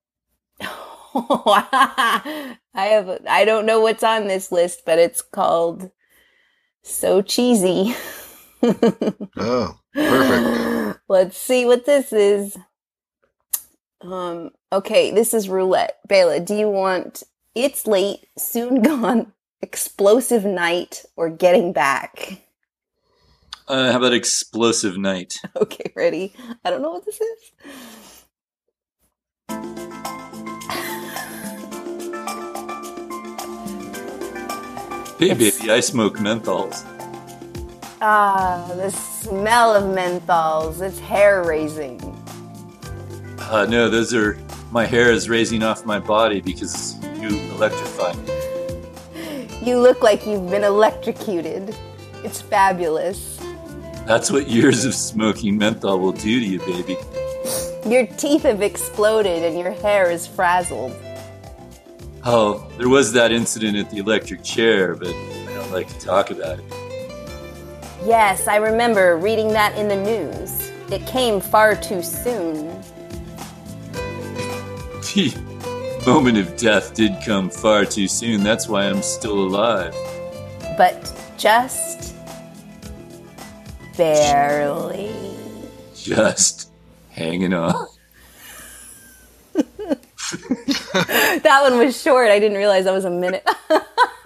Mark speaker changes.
Speaker 1: I have I don't know what's on this list, but it's called So Cheesy.
Speaker 2: Oh, perfect.
Speaker 1: Let's see what this is. Um, okay, this is roulette. Bayla, do you want It's Late, Soon Gone, Explosive Night, or Getting Back?
Speaker 3: Uh, how about Explosive Night?
Speaker 1: Okay, ready? I don't know what this is.
Speaker 3: Hey,
Speaker 1: It's-
Speaker 3: baby, I smoke menthols.
Speaker 1: Ah, the smell of menthols. It's hair raising.
Speaker 3: Uh, no, those are my hair is raising off my body because you electrify me.
Speaker 1: You look like you've been electrocuted. It's fabulous.
Speaker 3: That's what years of smoking menthol will do to you, baby.
Speaker 1: Your teeth have exploded and your hair is frazzled.
Speaker 3: Oh, there was that incident at the electric chair, but I don't like to talk about it.
Speaker 1: Yes, I remember reading that in the news. It came far too soon.
Speaker 3: The moment of death did come far too soon. That's why I'm still alive.
Speaker 1: But just barely.
Speaker 3: Just hanging on.
Speaker 1: That one was short. I didn't realize that was a minute.